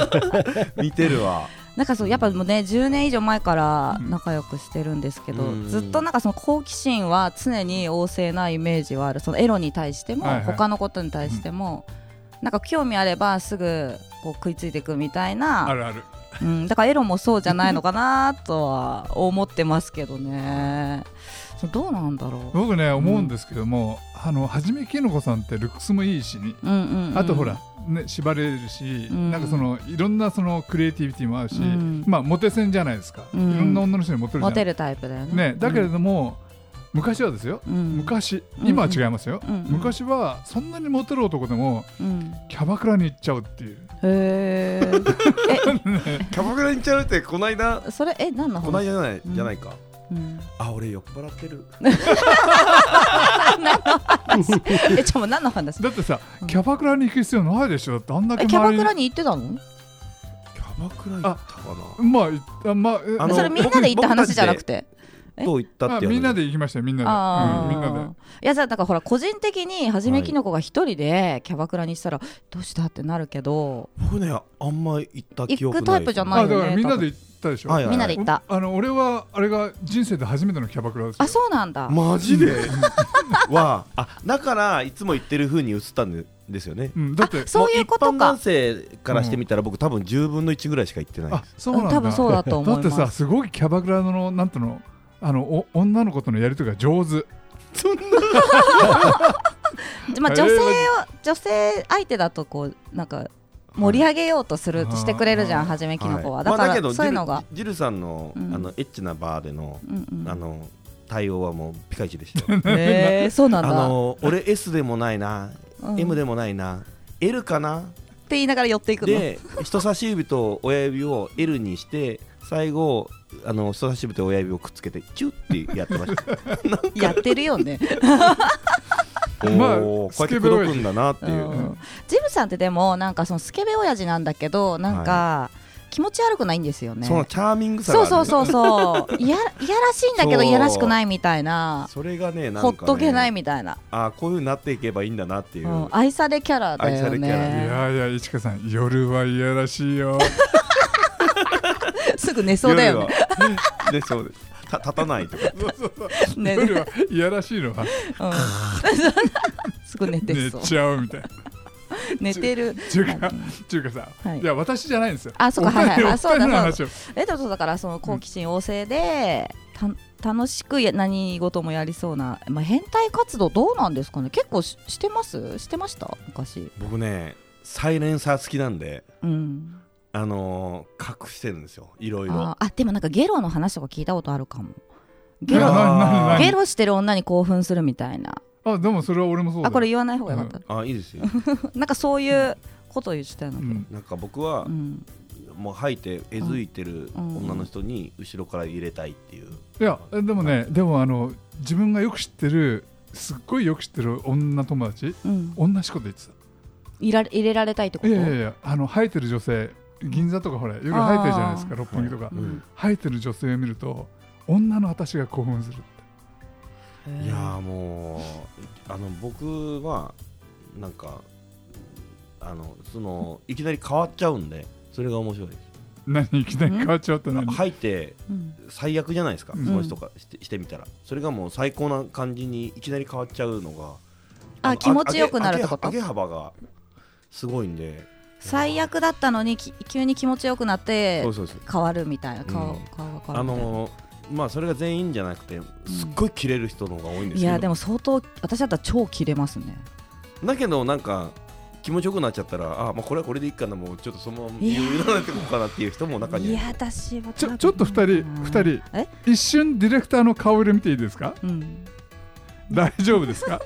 [SPEAKER 3] 見てるわ
[SPEAKER 4] なんかそうやっぱもうね10年以上前から
[SPEAKER 1] うん
[SPEAKER 4] 仲良くしてるんですけど、
[SPEAKER 3] うん
[SPEAKER 4] ずっとなんかその好奇心は常に旺盛なイメージはあるそのエロに対しても、
[SPEAKER 1] はいはい
[SPEAKER 4] 他のことに対しても、なんか興味あればすぐこう食いついていくみたいな
[SPEAKER 1] あるある
[SPEAKER 4] うん、だからエロもそうじゃないのかなとは思ってますけどねそうどうなんだろう。
[SPEAKER 1] 僕ね思うんですけども、あのはじめきのこさんってルックスもいいしに
[SPEAKER 4] うんうんうん
[SPEAKER 1] あとほら、ね、縛れるし、
[SPEAKER 4] うん
[SPEAKER 1] なんかそのいろんなそのクリエイティビティもあるし、
[SPEAKER 4] うん
[SPEAKER 1] まあモテ線じゃないですか、
[SPEAKER 4] うん
[SPEAKER 1] いろんな女の人にモテるじゃ
[SPEAKER 4] モ
[SPEAKER 1] ない
[SPEAKER 4] テるタイプだよね。
[SPEAKER 1] ねだけれども、昔はですよ
[SPEAKER 4] うん、うん、
[SPEAKER 1] 昔
[SPEAKER 4] うん
[SPEAKER 1] 今は違いますよ、
[SPEAKER 4] うんうん
[SPEAKER 1] 昔はそんなにモテる男でも
[SPEAKER 4] うん、
[SPEAKER 1] キャバクラに行っちゃうっていう
[SPEAKER 4] へー
[SPEAKER 3] キャバクラに行っちゃうってこないだ
[SPEAKER 4] それえ何の話
[SPEAKER 3] こないだじゃない
[SPEAKER 4] うん
[SPEAKER 3] じゃないか
[SPEAKER 4] うん
[SPEAKER 3] あ俺酔っ払ってる
[SPEAKER 4] えちょもう何の話
[SPEAKER 1] だってさ、
[SPEAKER 4] うん
[SPEAKER 1] キャバクラに行く必要ないでしょだってあんだけ
[SPEAKER 4] えキャ
[SPEAKER 1] 周
[SPEAKER 4] バ
[SPEAKER 1] り
[SPEAKER 4] クラに行ってたの
[SPEAKER 3] キャバクラ行ったか
[SPEAKER 1] まあいあまあえ
[SPEAKER 3] あの
[SPEAKER 4] それみんなで行った話じゃなくて
[SPEAKER 3] などう行ったって
[SPEAKER 1] あ
[SPEAKER 3] やつ
[SPEAKER 1] みんなで行きましたよみんなで、
[SPEAKER 4] あ
[SPEAKER 1] うん
[SPEAKER 4] ー
[SPEAKER 1] みんなで
[SPEAKER 4] いやじゃあだからほら個人的にはじめきのこが一人でキャバクラにしたらどうしたってなるけど、
[SPEAKER 3] 僕ねあんま行った記憶ない
[SPEAKER 4] 行くタイプじゃない
[SPEAKER 1] あ
[SPEAKER 4] よね
[SPEAKER 1] だからみんなで行ったでしょ、
[SPEAKER 3] はいはい
[SPEAKER 4] みんなで行った
[SPEAKER 1] おあの俺はあれが人生で初めてのキャバクラですよ
[SPEAKER 4] あそうなんだ、
[SPEAKER 3] マジで はあだからいつも行ってる風に映ったんですよね
[SPEAKER 1] うん、だって
[SPEAKER 4] そういうこと
[SPEAKER 3] も一般男
[SPEAKER 4] か
[SPEAKER 3] 性からしてみたら僕多分10分の1ぐらいしか行ってないで
[SPEAKER 1] あ
[SPEAKER 3] す
[SPEAKER 1] そうなんだ
[SPEAKER 4] 多分そうだと思い
[SPEAKER 1] だ
[SPEAKER 4] ま
[SPEAKER 1] っ
[SPEAKER 4] す
[SPEAKER 1] てさすごいキャバクラのなんていうのあのお女の子とのやりとりが上手
[SPEAKER 3] そんな
[SPEAKER 4] まあ、女性を女性相手だとこうなんか盛り上げようとする、
[SPEAKER 1] はい
[SPEAKER 4] してくれるじゃ
[SPEAKER 1] あ
[SPEAKER 4] ん
[SPEAKER 1] ー
[SPEAKER 4] はじめきのこは、
[SPEAKER 3] はい
[SPEAKER 4] だ
[SPEAKER 3] まあ
[SPEAKER 4] か
[SPEAKER 3] だけ
[SPEAKER 4] ら
[SPEAKER 3] ど
[SPEAKER 4] そういうのが、
[SPEAKER 3] ジルジルさんのあ
[SPEAKER 4] うん
[SPEAKER 3] のエッチなバーでの
[SPEAKER 4] うんうん
[SPEAKER 3] あの対応はもうピカイチでしたよ
[SPEAKER 4] へーそうなん
[SPEAKER 3] あ
[SPEAKER 4] だ、
[SPEAKER 3] の俺 S でもないな
[SPEAKER 4] うん
[SPEAKER 3] M でもないな L かな
[SPEAKER 4] って言いながら寄っていくの
[SPEAKER 3] で人差し指と親指を L にして最後あの人差し指と親指をくっつけてチュッてやってました
[SPEAKER 4] やってるよね、
[SPEAKER 1] まあ
[SPEAKER 3] おーこうやって
[SPEAKER 1] スケ
[SPEAKER 3] 口
[SPEAKER 1] ベ親
[SPEAKER 3] 説
[SPEAKER 1] 父
[SPEAKER 3] くんだなって
[SPEAKER 4] う
[SPEAKER 3] いう、
[SPEAKER 4] ん、ジムさんってでもなんかそのスケベ親父なんだけどなんか気持ち悪くないんですよね、
[SPEAKER 3] そのチャーミングさがあ
[SPEAKER 4] そう
[SPEAKER 3] る
[SPEAKER 4] そうそうそう いやいやらしいんだけ
[SPEAKER 3] そ
[SPEAKER 4] ど
[SPEAKER 3] う
[SPEAKER 4] いやらしくないみたいな
[SPEAKER 3] それがねなんかね
[SPEAKER 4] ほっとけないみたいな、
[SPEAKER 3] あーこういうふうになっていけばいいんだなっていう、
[SPEAKER 4] うん愛されキャラだ
[SPEAKER 3] 愛さ
[SPEAKER 4] よ
[SPEAKER 3] れキャラ
[SPEAKER 1] い
[SPEAKER 4] ね
[SPEAKER 1] やいや市川さん夜はいやらしいよ
[SPEAKER 4] すぐ寝そうだよね
[SPEAKER 3] 夜は でそうですた立たないとか
[SPEAKER 1] そうそうそう
[SPEAKER 4] ね
[SPEAKER 1] 夜はいやらしいのは
[SPEAKER 4] うん すぐ寝て
[SPEAKER 1] 寝
[SPEAKER 4] そう。
[SPEAKER 1] ちゃうみたいな
[SPEAKER 4] 寝てる
[SPEAKER 1] ちゅうかちゅうかさ、、
[SPEAKER 4] はいい
[SPEAKER 1] や私じゃないんですよ
[SPEAKER 4] あそうかはいは
[SPEAKER 1] お
[SPEAKER 4] い
[SPEAKER 1] 二人
[SPEAKER 4] あそうだ
[SPEAKER 1] お二人の話を
[SPEAKER 4] えでもだからその好奇心旺盛で、た楽しくや何事もやりそうな、まあ、変態活動どうなんですかね結構ししてますしてました昔
[SPEAKER 3] 僕ねサイレンサー好きなんで
[SPEAKER 4] うん
[SPEAKER 3] あのー隠してるんですよいろいろ
[SPEAKER 4] あーあでもなんかゲロの話とか聞いたことあるかもゲ
[SPEAKER 1] ゲロ
[SPEAKER 4] ロ
[SPEAKER 1] あ
[SPEAKER 4] ゲロしてる女に興奮するみたいな
[SPEAKER 1] あでもそれは俺もそうだ
[SPEAKER 4] あこれ言わない方がよかった、
[SPEAKER 3] あいいですよ
[SPEAKER 4] なんかそういうことを言ってたような
[SPEAKER 1] う
[SPEAKER 4] 気が
[SPEAKER 1] ん
[SPEAKER 3] なんか僕は、
[SPEAKER 4] うん
[SPEAKER 3] もう吐いてえずいてる
[SPEAKER 4] うん
[SPEAKER 3] 女の人に後ろから入れたいっていう、
[SPEAKER 1] いやでもねでもあの自分がよく知ってるすっごいよく知ってる女友達
[SPEAKER 4] うん、
[SPEAKER 1] 同じこと言って
[SPEAKER 4] いら入れられたいってこ
[SPEAKER 1] た
[SPEAKER 4] と
[SPEAKER 1] いやいやいやあの生えてる女性銀座とかほら夜生えてるじゃないですか六本木とか、
[SPEAKER 4] うん
[SPEAKER 1] 生えてる女性を見ると女の私が興奮する
[SPEAKER 3] いやーもうあの僕はなんかあのそのいきなり変わっちゃうんでそれが面白いです
[SPEAKER 1] 何いきなり変わっちゃうって何
[SPEAKER 3] 吐いて
[SPEAKER 4] うん
[SPEAKER 3] 最悪じゃないですか、
[SPEAKER 1] うん
[SPEAKER 3] その人がしてしてみたらそれがもう最高な感じにいきなり変わっちゃうのが
[SPEAKER 4] あ
[SPEAKER 3] の
[SPEAKER 4] 気持ちよくなるってこと
[SPEAKER 3] 上げ上げ幅がすごいんで
[SPEAKER 4] 最悪だったのにき急に気持ちよくなって
[SPEAKER 3] そうそうそう
[SPEAKER 4] 変わるみたいな顔,、
[SPEAKER 3] うん
[SPEAKER 4] 顔が変
[SPEAKER 3] あ
[SPEAKER 4] わるみたいな、
[SPEAKER 3] のーまあそれが全員じゃなくてすっごい切れる人の方が多いんですけ
[SPEAKER 4] い
[SPEAKER 3] ど、
[SPEAKER 4] やでも相当私だったら超切れますね
[SPEAKER 3] だけどなんか気持ちよくなっちゃったらあ、まあ、これはこれでいいかなもうちょっとそのまま
[SPEAKER 4] いや
[SPEAKER 3] 委ねてこうかなっていう人も中
[SPEAKER 4] い
[SPEAKER 3] には
[SPEAKER 4] や私は
[SPEAKER 1] ちょちょっと二人二人
[SPEAKER 4] え
[SPEAKER 1] 一瞬ディレクターの顔色見ていいですか
[SPEAKER 4] うん
[SPEAKER 1] 大丈夫です か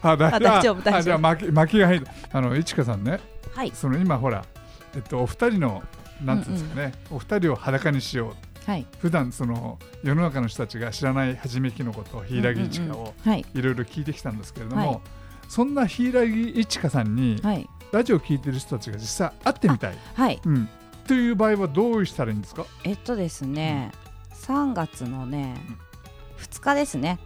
[SPEAKER 1] あ大
[SPEAKER 4] あ大丈夫大丈夫
[SPEAKER 1] あじゃあ巻き巻きが入るあのいちかさんね
[SPEAKER 4] はい
[SPEAKER 1] その今ほら、えっと、お二人のなんていうんですかね、お二人を裸にしよう
[SPEAKER 4] はい
[SPEAKER 1] 普段その世の中の人たちが知らないはじめきのこと柊いちか
[SPEAKER 4] うんうんう
[SPEAKER 1] を
[SPEAKER 4] んはい
[SPEAKER 1] いろいろ聞いてきたんですけれども、
[SPEAKER 4] はい
[SPEAKER 1] そんな柊いちかさんに、
[SPEAKER 4] はい
[SPEAKER 1] ラジオを聞いてる人たちが実際会ってみたい、
[SPEAKER 4] はい
[SPEAKER 1] うん、という場合はどうしたらいいんですか
[SPEAKER 4] えっとですね、3月のね2日ですね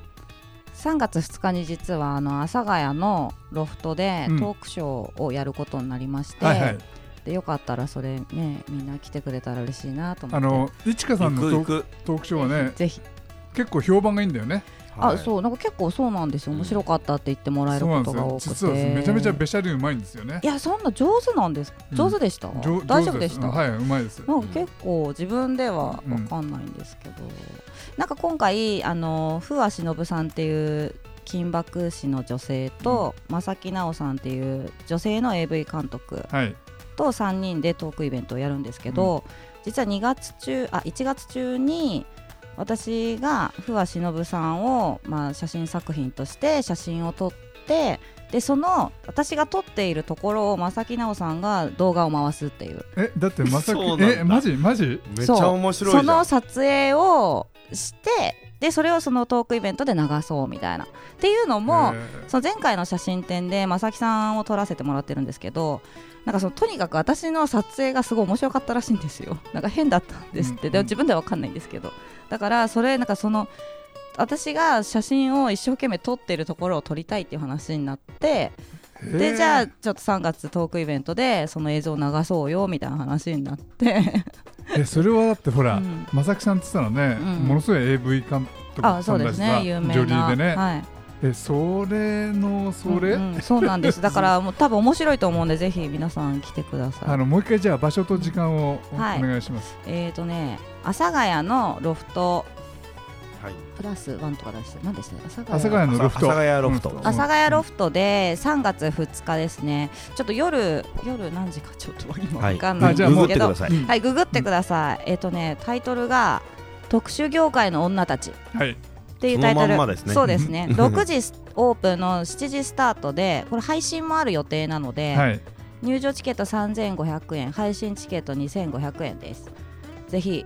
[SPEAKER 4] 3月2日に実はあの阿佐ヶ谷のロフトで
[SPEAKER 1] うん
[SPEAKER 4] トークショーをやることになりまして、
[SPEAKER 1] はいはい、
[SPEAKER 4] でよかったらそれねみんな来てくれたら嬉しいなと思
[SPEAKER 1] あ
[SPEAKER 4] って
[SPEAKER 1] のいちかさんのト
[SPEAKER 3] 行
[SPEAKER 1] ーク
[SPEAKER 3] く
[SPEAKER 1] トークショーはね
[SPEAKER 4] ぜひ
[SPEAKER 1] 結構評判がいいんだよね
[SPEAKER 3] はい
[SPEAKER 4] あそうなんか結構そうなんですよ
[SPEAKER 3] うん
[SPEAKER 4] 面白かったって言ってもらえ
[SPEAKER 1] そ
[SPEAKER 4] る
[SPEAKER 1] うな
[SPEAKER 4] こ
[SPEAKER 1] んで
[SPEAKER 4] と
[SPEAKER 1] す
[SPEAKER 4] が
[SPEAKER 1] よ実は
[SPEAKER 4] 多くて
[SPEAKER 1] めちゃめちゃべしゃりうまいんですよね
[SPEAKER 4] いやそんな上手なんです
[SPEAKER 1] うん
[SPEAKER 4] 上手でした、
[SPEAKER 1] 上
[SPEAKER 4] 大
[SPEAKER 1] 上
[SPEAKER 4] 丈夫
[SPEAKER 1] 手
[SPEAKER 4] でした、
[SPEAKER 1] うんはいうまいです
[SPEAKER 4] なんか結構自分ではわかんないんですけど、なんか今回あの不破忍さんっていう金箔師の女性と、正木奈緒さんっていう女性の AV 監督
[SPEAKER 1] はい
[SPEAKER 4] と3人でトークイベントをやるんですけど、実は2月中あ1月中に私が不破忍さんを、まあ、写真作品として写真を撮ってでその私が撮っているところを正木奈緒さんが動画を回すっていう
[SPEAKER 1] えだってまさき
[SPEAKER 3] そうなんだ
[SPEAKER 1] えマジマジ
[SPEAKER 3] めっちゃ面白いじゃ
[SPEAKER 4] そ
[SPEAKER 3] ん
[SPEAKER 4] の撮影をしてでそれをそのトークイベントで流そうみたいなっていうのも、
[SPEAKER 1] え
[SPEAKER 4] その前回の写真展で正木さんを撮らせてもらってるんですけどなんかそのとにかく私の撮影がすごい面白かったらしいんですよ なんか変だったんですって、
[SPEAKER 1] うん
[SPEAKER 4] でも自分では分かんないんですけどだからそれなんかその私が写真を一生懸命撮ってるところを撮りたいっていう話になって
[SPEAKER 1] ーえ
[SPEAKER 4] で
[SPEAKER 1] ー
[SPEAKER 4] じゃあちょっと3月トークイベントでその映像を流そうよみたいな話になって、
[SPEAKER 1] えそれはだってほら、
[SPEAKER 4] うん
[SPEAKER 1] まさきさんって言ったらね、
[SPEAKER 4] うん
[SPEAKER 1] ものすごい AV 監
[SPEAKER 4] あ
[SPEAKER 1] 督
[SPEAKER 4] そ
[SPEAKER 1] さ
[SPEAKER 4] うんで
[SPEAKER 1] だ
[SPEAKER 4] す
[SPEAKER 1] し
[SPEAKER 4] ね
[SPEAKER 1] さ、
[SPEAKER 4] 有名な
[SPEAKER 1] 女優でね、
[SPEAKER 4] はい、
[SPEAKER 1] えそれのそれ、
[SPEAKER 4] うんうんそうなんですだからもう多分面白いと思うんでぜひ皆さん来てくださ
[SPEAKER 1] あ
[SPEAKER 4] い
[SPEAKER 1] のもう一回じゃあ場所と時間をお,、
[SPEAKER 4] はい
[SPEAKER 1] 願いします
[SPEAKER 4] えーとね阿佐ヶ谷のロフト
[SPEAKER 3] はい
[SPEAKER 4] プラスワンとか出して何でしたっけ阿佐
[SPEAKER 1] 阿佐ヶ谷のロフト
[SPEAKER 3] 阿佐ヶ谷ロフト
[SPEAKER 1] うん
[SPEAKER 3] 阿
[SPEAKER 4] 阿佐ヶ谷ロフトで3月2日ですねちょっと夜夜何時かちょっと今わかんない
[SPEAKER 1] あ
[SPEAKER 4] ん
[SPEAKER 1] じ
[SPEAKER 4] で
[SPEAKER 1] ゃあも
[SPEAKER 4] す
[SPEAKER 1] う
[SPEAKER 4] けど、
[SPEAKER 3] さ
[SPEAKER 1] うん
[SPEAKER 4] はいググってください、えーとねタイトルが特殊業界の女たち
[SPEAKER 1] はい
[SPEAKER 4] っていうタイトル
[SPEAKER 3] そのまんまですね
[SPEAKER 4] そうですね6時オープンの7時スタートでこれ配信もある予定なので、
[SPEAKER 1] はい
[SPEAKER 4] 入場チケット3500円配信チケット2500円ですぜひ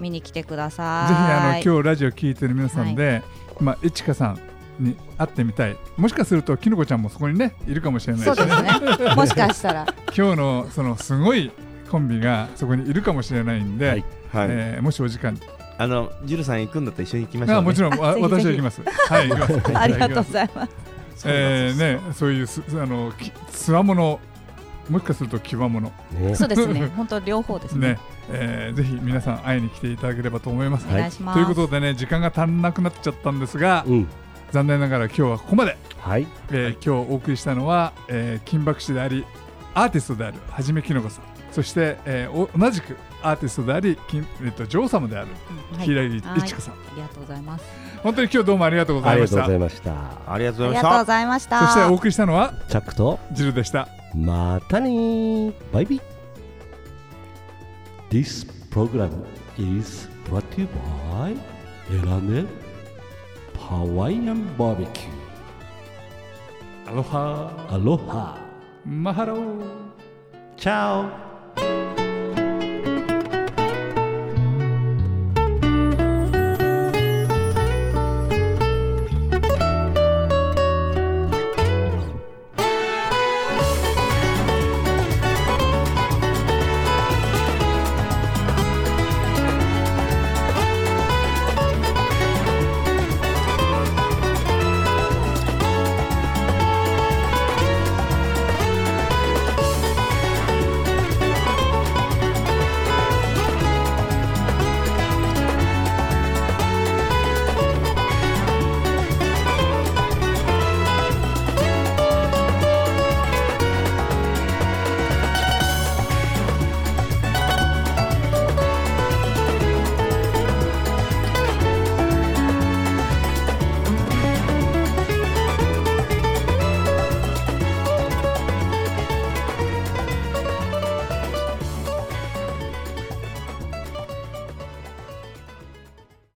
[SPEAKER 4] 見に来てくださ
[SPEAKER 1] ぜ
[SPEAKER 4] い
[SPEAKER 1] ひあの今日ラジオ聞いてる皆さんで、まあいちかさんに会ってみたいもしかするときのこちゃんもそこにねいるかもしれないし
[SPEAKER 4] そうで すねもしかしたら
[SPEAKER 1] 今日のそのすごいコンビがそこにいるかもしれないんで、
[SPEAKER 2] はい
[SPEAKER 3] はい、
[SPEAKER 1] えーもしお時間
[SPEAKER 3] あのジルさん行くんだったら一緒に行きましょう、ね、
[SPEAKER 1] あもちろんわ
[SPEAKER 4] あぜひぜ
[SPEAKER 1] 私
[SPEAKER 4] ひ
[SPEAKER 1] は行きます。はい、行きます
[SPEAKER 4] ありがとうご
[SPEAKER 1] は
[SPEAKER 4] ざいます
[SPEAKER 1] いえーね、そういうすあのきつわもの、もしかするときわもの
[SPEAKER 2] ね
[SPEAKER 4] そうですね本当両方ですね
[SPEAKER 1] ね、えーぜひ皆さん会いに来ていただければと思います。
[SPEAKER 4] お願いします、
[SPEAKER 1] ということでね、時間が足んなくなっちゃったんですが、
[SPEAKER 2] うん
[SPEAKER 1] 残念ながら今日はここまで、
[SPEAKER 2] はい。
[SPEAKER 1] えー今日お送りしたのは、えー金箔師でありアーティストであるはじめきのこさんそして、えーお同じくアーティストであり金、えっと女王様である
[SPEAKER 4] はい
[SPEAKER 1] 平井一華さん、
[SPEAKER 4] ありがとうございます。
[SPEAKER 1] 本当に今日どうもありがとうござ
[SPEAKER 2] あ
[SPEAKER 1] い
[SPEAKER 2] り
[SPEAKER 1] ま
[SPEAKER 2] が
[SPEAKER 1] し
[SPEAKER 2] とう
[SPEAKER 1] た
[SPEAKER 2] ございました。
[SPEAKER 3] ありがとう
[SPEAKER 4] あ
[SPEAKER 3] ござい
[SPEAKER 4] りがとう
[SPEAKER 3] ま
[SPEAKER 4] ご
[SPEAKER 3] し
[SPEAKER 4] ざいました。
[SPEAKER 1] そしてお送りしたのは
[SPEAKER 2] チャックと、
[SPEAKER 1] ジルでした
[SPEAKER 2] またねーバイビー This program is brought to you by エラネハワイアンバーベキュ
[SPEAKER 1] アロハ
[SPEAKER 2] ーアロハ
[SPEAKER 1] マハロー
[SPEAKER 2] チャオ